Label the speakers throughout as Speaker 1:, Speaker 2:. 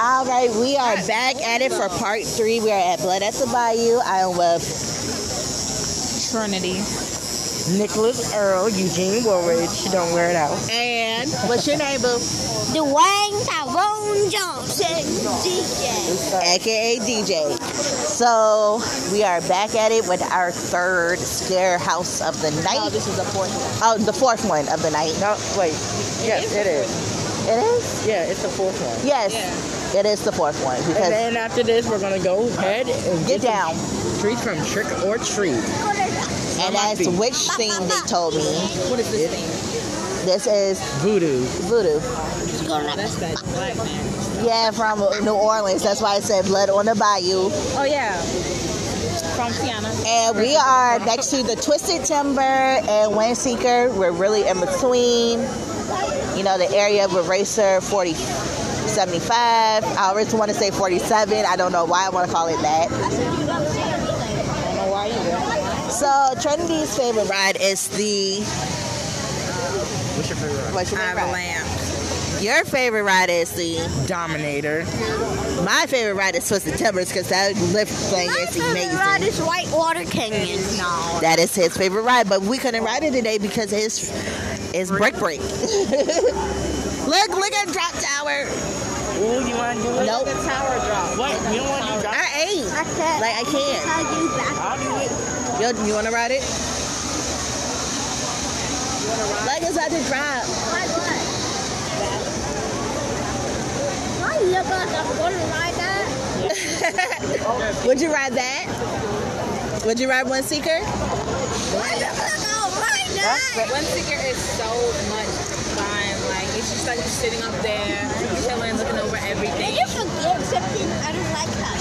Speaker 1: All right, we are back at it for part three. We are at Blood at the Bayou. I am with
Speaker 2: Trinity.
Speaker 3: Nicholas Earl, Eugene Woolridge. She don't wear it out.
Speaker 1: and what's your name, boo?
Speaker 4: Dwayne Tyrone Johnson, DJ.
Speaker 1: AKA DJ. So we are back at it with our third scare house of the night.
Speaker 2: is the fourth one.
Speaker 1: Oh, the fourth one of the night.
Speaker 3: No, wait. Yes, it is.
Speaker 1: It is.
Speaker 3: Yeah, it's the fourth one.
Speaker 1: Yes, it is the fourth one
Speaker 3: And
Speaker 1: because
Speaker 3: then after this, we're gonna go ahead and
Speaker 1: get
Speaker 3: get,
Speaker 1: down.
Speaker 3: the treats from Trick or Treat.
Speaker 1: And that's which scene they told me.
Speaker 2: What is this thing?
Speaker 1: This is
Speaker 3: Voodoo.
Speaker 1: voodoo.
Speaker 2: That's that black man.
Speaker 1: Yeah, from New Orleans. That's why I said blood on the bayou.
Speaker 2: Oh yeah. From Tiana.
Speaker 1: And we are next to the Twisted Timber and Wind Seeker. We're really in between, you know, the area of Eraser 40, 75. I always want to say 47. I don't know why I want to call it that. So Trinity's favorite ride is the.
Speaker 3: What's your favorite?
Speaker 1: What's your favorite ride?
Speaker 2: Lamb.
Speaker 1: Your favorite ride is the.
Speaker 3: Dominator.
Speaker 1: My favorite ride is Twisted Timbers because that lift thing
Speaker 4: My
Speaker 1: is
Speaker 4: favorite ride
Speaker 1: amazing.
Speaker 4: is Whitewater Canyon. No.
Speaker 1: That is his favorite ride, but we couldn't ride it today because his is brick break. look, look at drop tower.
Speaker 3: Ooh, you wanna do it?
Speaker 1: Nope.
Speaker 2: The tower drop.
Speaker 3: What? You don't wanna do
Speaker 1: I ain't.
Speaker 4: I said,
Speaker 1: Like I can't.
Speaker 4: I do back.
Speaker 3: I'll do it.
Speaker 1: Yo, you wanna ride it? Like it's about to drop.
Speaker 4: Why what? Why look like I'm gonna ride that?
Speaker 1: Would you ride that? Would you ride one seeker?
Speaker 4: Why look like I'll ride that?
Speaker 2: One sticker is so much fun. Like it's just like you're sitting up there, chilling, looking over
Speaker 4: Did
Speaker 2: everything.
Speaker 4: you forget something I don't like that?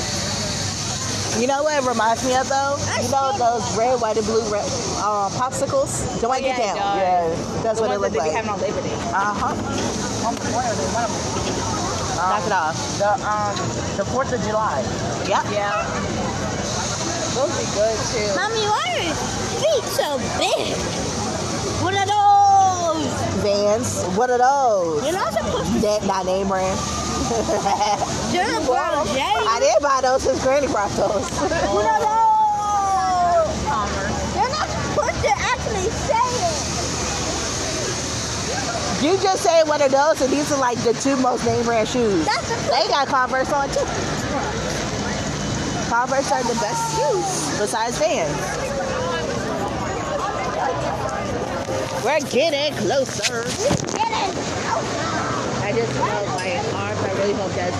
Speaker 1: You know what it reminds me of though? You know those red, white, and blue red, uh, popsicles? Don't I get down?
Speaker 2: yeah, it
Speaker 1: Yeah, that's
Speaker 2: The
Speaker 1: what it looked
Speaker 2: ones that they be
Speaker 1: like.
Speaker 2: having on Labor Day.
Speaker 1: Uh huh. Knock it off.
Speaker 3: Uh-huh. The um, the Fourth of July.
Speaker 1: Yep.
Speaker 2: Yeah. Those be good too.
Speaker 4: Mommy, why are your feet so big? What are those?
Speaker 1: Vans. What are those?
Speaker 4: You're not supposed to.
Speaker 1: That not name brand.
Speaker 4: They're not brown,
Speaker 1: I
Speaker 4: Daddy.
Speaker 1: did buy those since Granny brought those.
Speaker 4: What are those? You're not supposed to actually say it.
Speaker 1: You just said one of those, and these are like the two most name brand shoes.
Speaker 4: That's a
Speaker 1: They got Converse on too. Converse are the best shoes besides Vans. We're getting closer.
Speaker 4: Get it.
Speaker 1: I just felt my arms. I really hope that's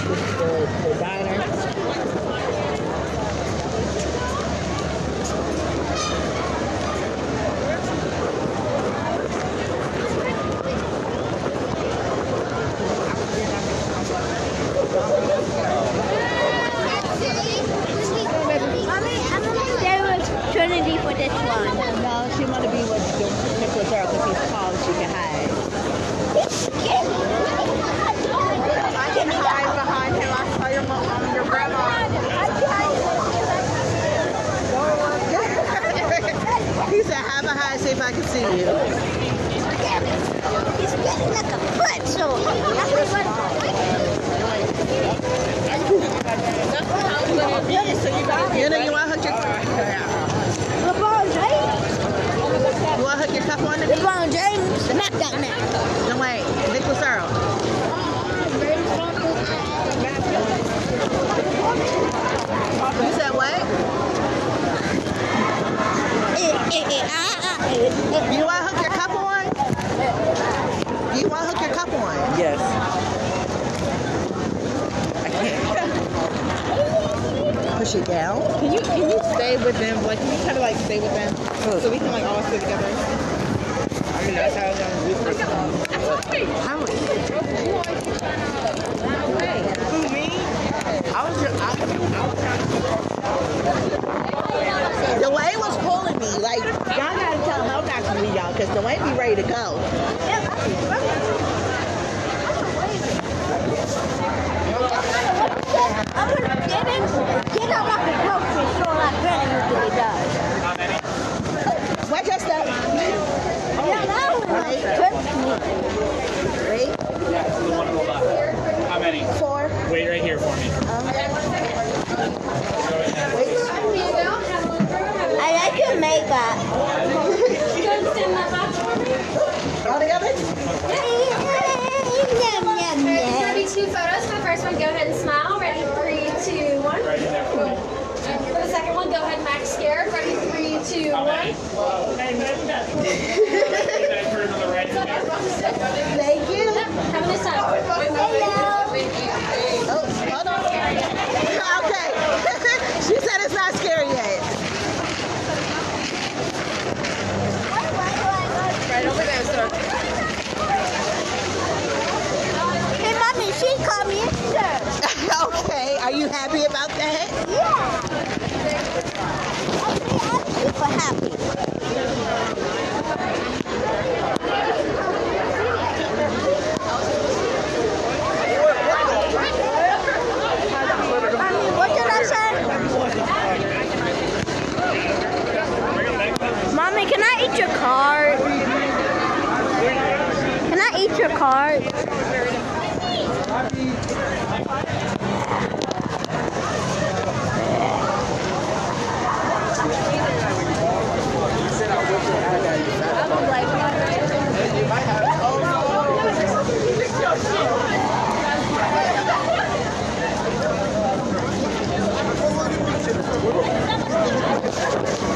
Speaker 1: from the, the diner.
Speaker 4: Mommy, I'm gonna stay with Trinity for this one.
Speaker 1: No, she want to be with Nicholas Earl because he's tall and she can hide.
Speaker 2: I can hide behind him. I saw your mom, um, your grandma.
Speaker 1: He said, "Have a hide, see if I can see you."
Speaker 4: He's getting like a foot, so
Speaker 1: You know, you want to hook your
Speaker 4: LeBron James.
Speaker 1: you want to hook your cup on the
Speaker 4: LeBron James. Smack that man.
Speaker 1: No way, Nicholas Earl. You said what? You want to hook your cup on? Do you want to hook your cup on?
Speaker 3: Yes.
Speaker 1: Push it down.
Speaker 2: Can you can you stay with them? Like can you kind of like stay with them so we can like all sit together?
Speaker 3: I mean, that's how it's gonna be for some. Who me? I was just. I, I was trying to.
Speaker 1: Dwayne was pulling me. Like y'all gotta tell him I'm not gonna leave y'all because Dwayne be ready to go.
Speaker 4: I'm gonna get in, get out like a grocery store like Granny usually does.
Speaker 1: Watch your stuff.
Speaker 4: Yeah, that one was good.
Speaker 1: Right? Um,
Speaker 5: two photos. For the first one, go ahead and smile. Ready? Three, two, one. Boom. And for the second one, go ahead, and act scared. Ready? Three, two, one.
Speaker 1: Thank you.
Speaker 5: Have a nice time.
Speaker 1: Oh, hold on. Okay. she said it's not scary yet.
Speaker 2: Right over there, sir.
Speaker 4: Hey, mommy, she called me sir.
Speaker 1: okay. Are you happy about that?
Speaker 4: Yeah. Okay, I'm super happy. Mommy, what did I say? Mommy, can I eat your card? Can I eat your card?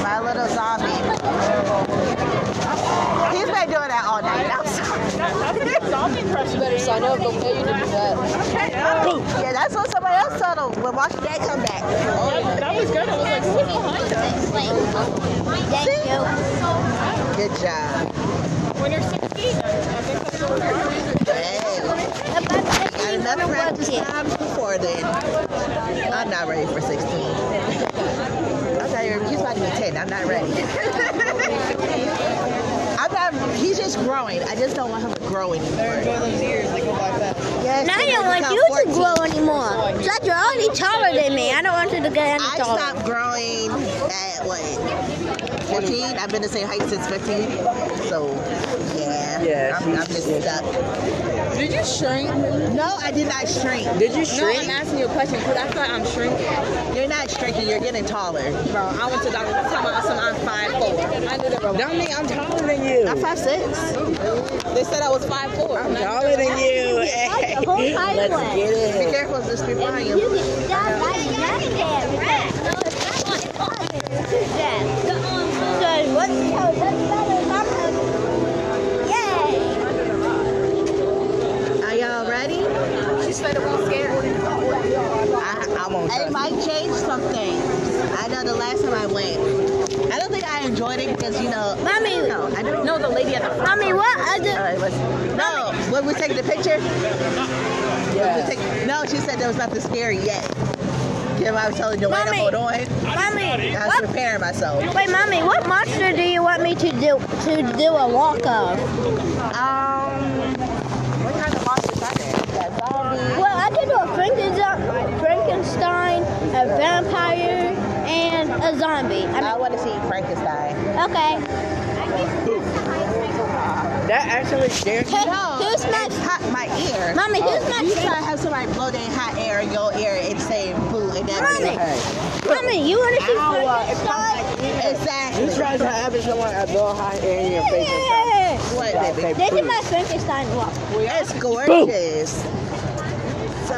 Speaker 1: My little zombie. He's been doing that all night. I'm sorry. Yeah, that's what somebody else told him. But watch that come back.
Speaker 4: Thank you.
Speaker 1: Good job.
Speaker 4: uh,
Speaker 1: Winner 16. Got enough practice times before then. I'm not ready for 16. Okay, you're he's about to be 10. I'm not ready. I'm not, he's just growing. I just don't want him to grow anymore. Yes,
Speaker 4: Now I
Speaker 1: they're
Speaker 4: don't
Speaker 1: gonna
Speaker 4: want
Speaker 1: become
Speaker 4: you
Speaker 1: 14.
Speaker 4: to grow anymore. Dad, you're already taller than me. I don't want you to get
Speaker 1: I
Speaker 4: any taller.
Speaker 1: stopped growing at what 15. I've been the same height since 15. So yeah,
Speaker 3: Yeah,
Speaker 1: I'm, I'm just stuck.
Speaker 2: Did you shrink?
Speaker 1: No, I did not shrink.
Speaker 3: Did you
Speaker 2: No, I'm asking you a question because I feel like I'm shrinking.
Speaker 1: You're not shrinking. You're getting taller.
Speaker 2: Bro, I went to Dr. Talking about some I'm 5'4". I knew that wrong.
Speaker 3: That mean I'm taller than you.
Speaker 1: I'm five six.
Speaker 2: They said I was 5'4".
Speaker 3: I'm taller than you. Hey,
Speaker 4: The whole highway.
Speaker 3: let's get
Speaker 1: Be
Speaker 3: it.
Speaker 1: careful, there's people behind
Speaker 4: You
Speaker 1: you.
Speaker 4: get down like that. So what? So that's better than I'm Yay!
Speaker 1: Are y'all ready?
Speaker 2: She's straight up all scared.
Speaker 1: I, I won't. It might change something. I know the last time I went, I don't think I enjoyed it because you know.
Speaker 4: Mommy.
Speaker 1: No, I don't know.
Speaker 2: No, the lady at the front.
Speaker 4: Mommy, what
Speaker 1: Uh,
Speaker 4: other?
Speaker 1: it was, no, when we take the picture. When we take- no, she said there was nothing scary yet. Jim, I was telling Joanna,
Speaker 4: Mommy.
Speaker 1: hold on.
Speaker 4: Mommy,
Speaker 1: I was
Speaker 4: what?
Speaker 1: preparing myself.
Speaker 4: Wait, mommy, what monster do you want me to do to do a walk of?
Speaker 1: Um, what kind of monsters are there? We got zombies.
Speaker 4: Well, I can do a Frankenstein, Frankenstein, a vampire, and a zombie. I
Speaker 1: Uh, I want to see Frankenstein.
Speaker 4: mean, okay.
Speaker 3: That actually scares
Speaker 4: Hey, who's my
Speaker 1: it's hot in my ear.
Speaker 4: mommy? Who's my
Speaker 1: You try to have somebody blow their hot air in your ear and say boo, and that
Speaker 4: Mommy. mommy? You want to see Frankenstein?
Speaker 1: Exactly.
Speaker 3: You try to have it someone a little hot air in your face.
Speaker 4: Yeah.
Speaker 1: What, baby?
Speaker 4: This is my Frankenstein walk.
Speaker 1: That's gorgeous. So,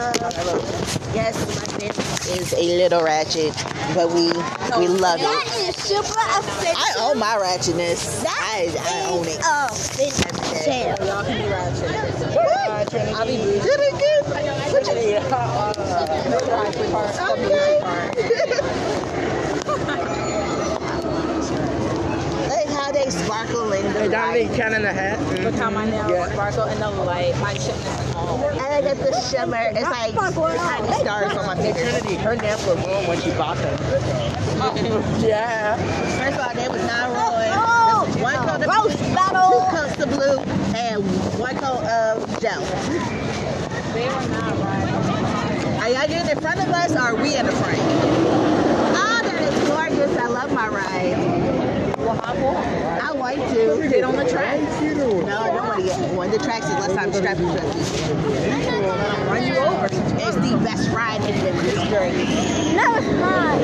Speaker 1: yes, my family is a little ratchet, but we we love it.
Speaker 4: That is super offensive.
Speaker 1: I own my ratchetness. I, I own it.
Speaker 4: Oh, Offensive.
Speaker 2: Y'all can be ratchet.
Speaker 1: I'll be good again. Okay. like how they sparkle in the
Speaker 3: Hey,
Speaker 1: light.
Speaker 3: Dominique, ten and a half.
Speaker 2: Look how my nails
Speaker 3: Yeah.
Speaker 2: sparkle in the light. My chin is all.
Speaker 1: I like the shimmer. It's like tiny stars on my fingers.
Speaker 3: Trinity, her nails were wrong when she bought them. yeah.
Speaker 1: First of all, they was not ruined.
Speaker 4: Oh,
Speaker 1: One coat of
Speaker 4: roast
Speaker 1: two
Speaker 4: battle.
Speaker 1: cups of blue and one coat of gel.
Speaker 2: They are not right.
Speaker 1: Are y'all getting in front of us or are we in the front? Oh, that is gorgeous. I love my ride. I want to. Get on the track. No, I don't want to get on one of the tracks unless I'm strapped to it. Run you over. It's the best ride in the experience.
Speaker 4: No, it's not.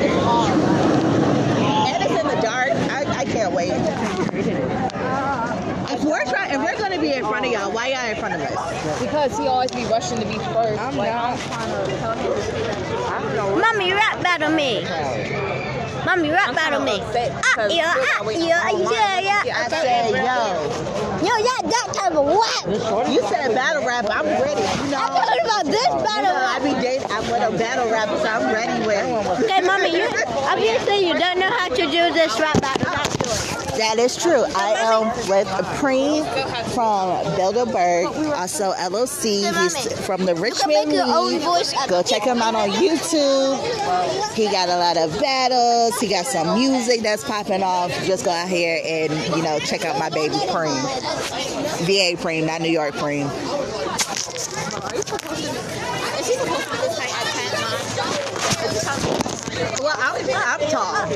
Speaker 1: And it's in the dark. I, I can't wait. If we're trying, if we're gonna be in front of y'all, why y'all right in front of us.
Speaker 6: Because he always be rushing to be first.
Speaker 3: I'm
Speaker 6: like,
Speaker 3: down.
Speaker 6: I'm trying to tell him to speak.
Speaker 3: I don't know.
Speaker 4: Mommy, rap battle me. Mommy, rap battle me. Ah, yeah, ah, yeah, yeah, yeah.
Speaker 1: I said, yo,
Speaker 4: Yo, yeah, that type of whack.
Speaker 1: you said battle rap. I'm ready. You
Speaker 4: I'm
Speaker 1: know,
Speaker 4: talking about this
Speaker 1: you know I
Speaker 4: battle
Speaker 1: be dating. I'm with a battle rap, so I'm ready with.
Speaker 4: Okay, mommy, you obviously you don't know how to do this rap battle. That's good.
Speaker 1: That is true. I am with Preem from Bilderberg, also LLC. He's from the Richmond
Speaker 4: your own
Speaker 1: League.
Speaker 4: voice up.
Speaker 1: Go check him out on YouTube. He got a lot of battles. He got some music that's popping off. Just go out here and you know check out my baby Preem, VA Preem, not New York Preem. Well, I'm, I'm tall.
Speaker 4: Oh,
Speaker 1: I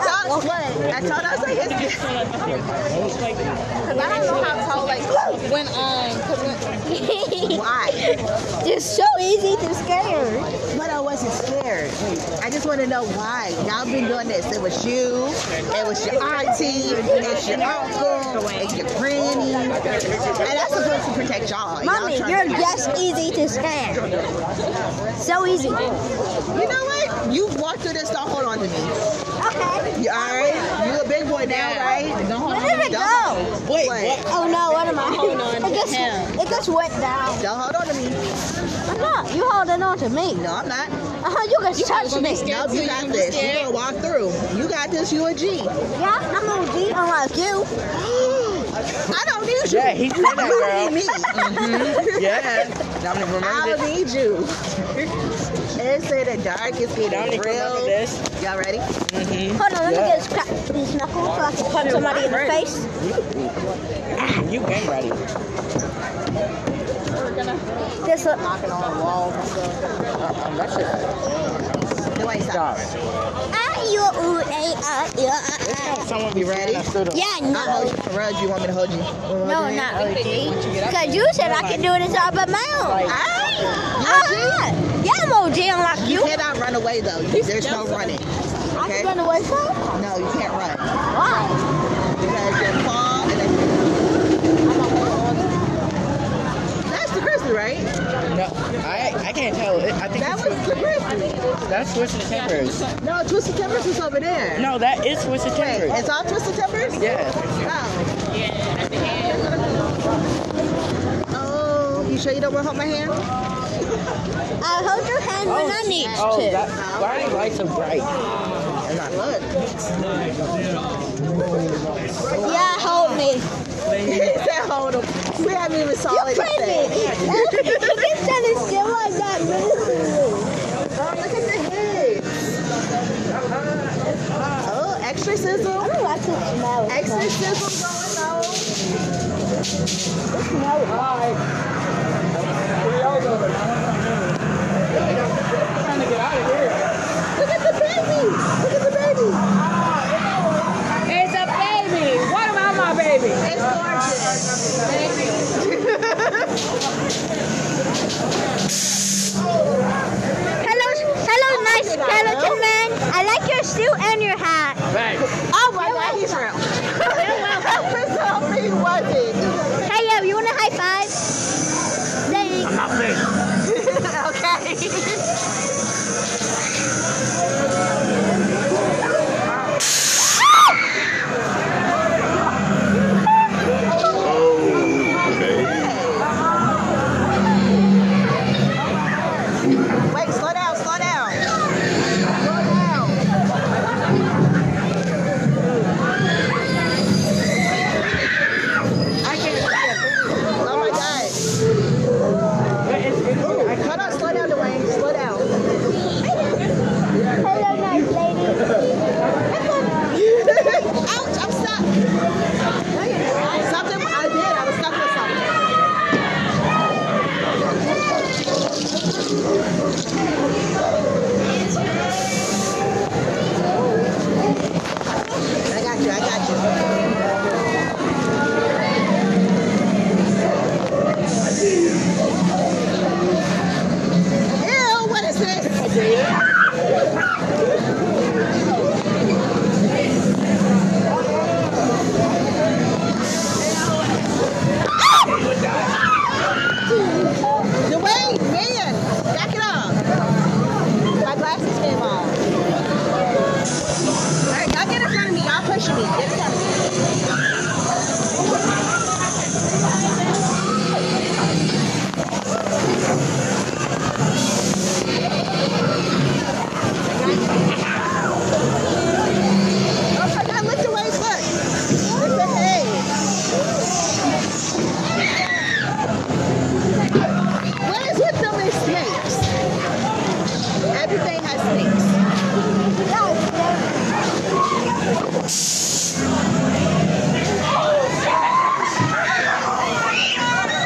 Speaker 1: thought, I thought I was like, it's-
Speaker 6: I don't know how tall, like, when, um, 'cause when,
Speaker 1: why?
Speaker 4: It's so easy to scare.
Speaker 1: But I wasn't scared. I just want to know why. Y'all been doing this. It was you, it was your auntie, it's your uncle, it's your granny. And that's supposed to protect y'all. Y'all
Speaker 4: Mommy,
Speaker 1: trying
Speaker 4: you're
Speaker 1: to-
Speaker 4: just easy to scare. So easy.
Speaker 1: You know what? You walked through this. Don't hold on to me.
Speaker 4: Okay.
Speaker 1: You all right? You a big boy now, right? Don't hold on
Speaker 4: Where
Speaker 1: to
Speaker 4: did
Speaker 1: me.
Speaker 4: it
Speaker 1: Don't,
Speaker 4: go?
Speaker 1: wait,
Speaker 4: Oh no, what am I? It just, it just went down.
Speaker 1: Don't hold on to me.
Speaker 4: I'm not. You holding on to me.
Speaker 1: No, I'm not.
Speaker 4: Uh-huh, you can touch
Speaker 1: No,
Speaker 4: me.
Speaker 1: you got this. You gonna walk through. You got this. You a G.
Speaker 4: Yeah, I'm OG unlike you.
Speaker 1: I don't need you.
Speaker 3: Yeah, he said that,
Speaker 1: You
Speaker 3: girl.
Speaker 1: need me. Mm-hmm.
Speaker 3: Yeah. Dominic, remember
Speaker 1: I
Speaker 3: this?
Speaker 1: need you. It's in the dark. It's getting
Speaker 3: Dominic, remember
Speaker 1: real.
Speaker 3: this?
Speaker 1: Y'all ready?
Speaker 4: Hold on, let
Speaker 3: Yeah.
Speaker 4: me get scrap these knuckles so I can punch somebody in the
Speaker 3: Right.
Speaker 4: face.
Speaker 3: You been ready.
Speaker 4: This look.
Speaker 1: Knocking on the walls and stuff.
Speaker 3: Uh-uh, that shit.
Speaker 1: No, wait, stop.
Speaker 3: Stop.
Speaker 4: Ah, you, ooh, eh, ah, yeah, ah, ah.
Speaker 3: Someone be ready.
Speaker 4: Yeah,
Speaker 1: I'll
Speaker 4: no.
Speaker 1: hold you. Raj, you want me to hold you?
Speaker 4: No, not OG. Because you said I can do this all by my own. Ah, yeah, I'm OG unlike
Speaker 1: You
Speaker 4: you.
Speaker 1: cannot run away though. There's no running.
Speaker 4: I
Speaker 1: Okay?
Speaker 4: can run away from
Speaker 1: No, you can't run.
Speaker 4: Why?
Speaker 1: Because you'll fall and then That's the grizzly, right?
Speaker 3: No, I, I can't tell. It, I think
Speaker 1: That
Speaker 3: it's
Speaker 1: was the grizzly.
Speaker 3: that's Twisted Timbers.
Speaker 1: No, Twisted Timbers is over there.
Speaker 3: No, that is Twisted
Speaker 1: Wait,
Speaker 3: Timbers.
Speaker 1: it's all Twisted Timbers?
Speaker 3: Yeah.
Speaker 1: Oh. Oh, you sure you don't want to hold my hand?
Speaker 4: I hold your hand when I need
Speaker 3: Oh,
Speaker 4: to.
Speaker 3: that, why are the lights so bright?
Speaker 1: And I look.
Speaker 4: yeah, hold me.
Speaker 1: he said, hold him. We haven't even saw
Speaker 4: You're
Speaker 1: it.
Speaker 4: pregnant. You're trying to steal like that, man.
Speaker 1: Oh, look at the head. Oh, exorcism.
Speaker 4: I don't like the smell.
Speaker 1: Exorcism going on. Look at the baby. Look at the baby.
Speaker 6: It's a baby. What about my baby?
Speaker 1: It's gorgeous.
Speaker 4: Hello, hello, nice gentleman. I like your suit and your hat.
Speaker 1: Oh my God, he's real. Prince Humphrey was it.
Speaker 4: Hey, yo, you want a high five? Thanks.
Speaker 1: okay. Wait, slow down, slow down. Slow down. I can't see it. Oh my god.
Speaker 3: What is it?
Speaker 1: Ah! Oh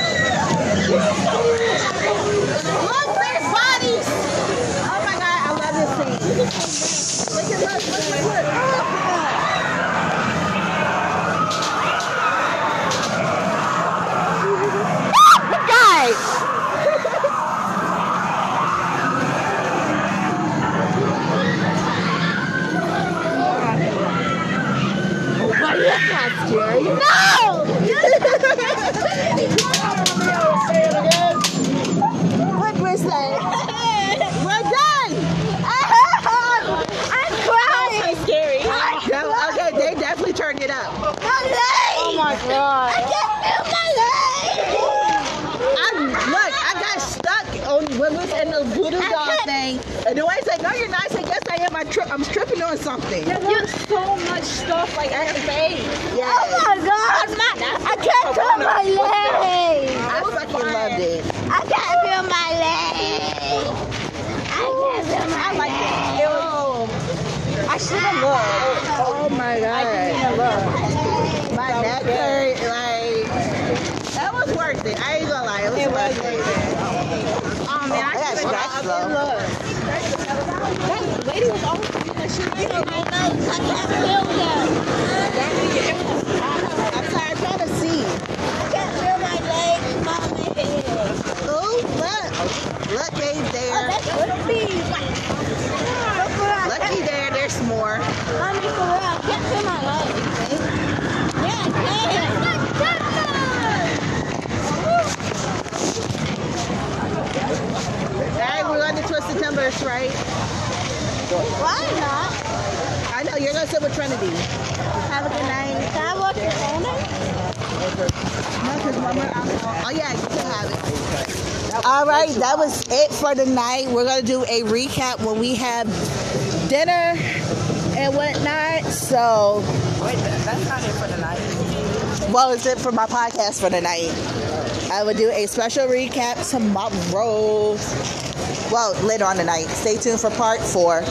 Speaker 7: Oh
Speaker 4: Oh
Speaker 1: when we was in the voodoo
Speaker 4: I
Speaker 1: doll
Speaker 4: can't-
Speaker 1: thing, and the wife said, "No, you're not." I said, "Yes, I am. I tri- I'm stripping on something."
Speaker 7: There was so much stuff like that made.
Speaker 1: Yes.
Speaker 4: Oh my god! I can't feel my leg.
Speaker 1: I fucking loved it.
Speaker 4: I can't feel my leg. I can't feel my leg.
Speaker 1: It was,
Speaker 4: I should have looked.
Speaker 1: oh my god. My neck hurt. Like that was worth it. I ain't gonna lie. It was worth it.
Speaker 8: Oh man, I
Speaker 1: I got
Speaker 8: could've got
Speaker 1: scratched
Speaker 8: up.
Speaker 1: though.
Speaker 8: That lady was always feeling like she was
Speaker 4: I know. I can't feel them.
Speaker 1: I'm sorry. I'm trying to see.
Speaker 4: I can't feel my leg, mommy.
Speaker 1: Oh look, look they
Speaker 4: Oh,
Speaker 1: there.
Speaker 4: that's what it be.
Speaker 1: Lucky there. There's more.
Speaker 4: Mommy, for real, I can't feel my leg. Yeah, I
Speaker 1: All right, we're going to Twisted Timbers, right?
Speaker 4: can. Why not?
Speaker 1: I know you're gonna sit with Trinity.
Speaker 4: Have a good night. Can I watch your phone?
Speaker 1: No, because mama, I'm Oh yeah, you can have it.
Speaker 9: All right, that was it for the night. We're gonna do a recap when we have dinner and whatnot. So,
Speaker 1: Wait, that's not it for the night.
Speaker 9: well, it's it for my podcast for the night. I will do a special recap tomorrow. Well, later on tonight. Stay tuned for part four.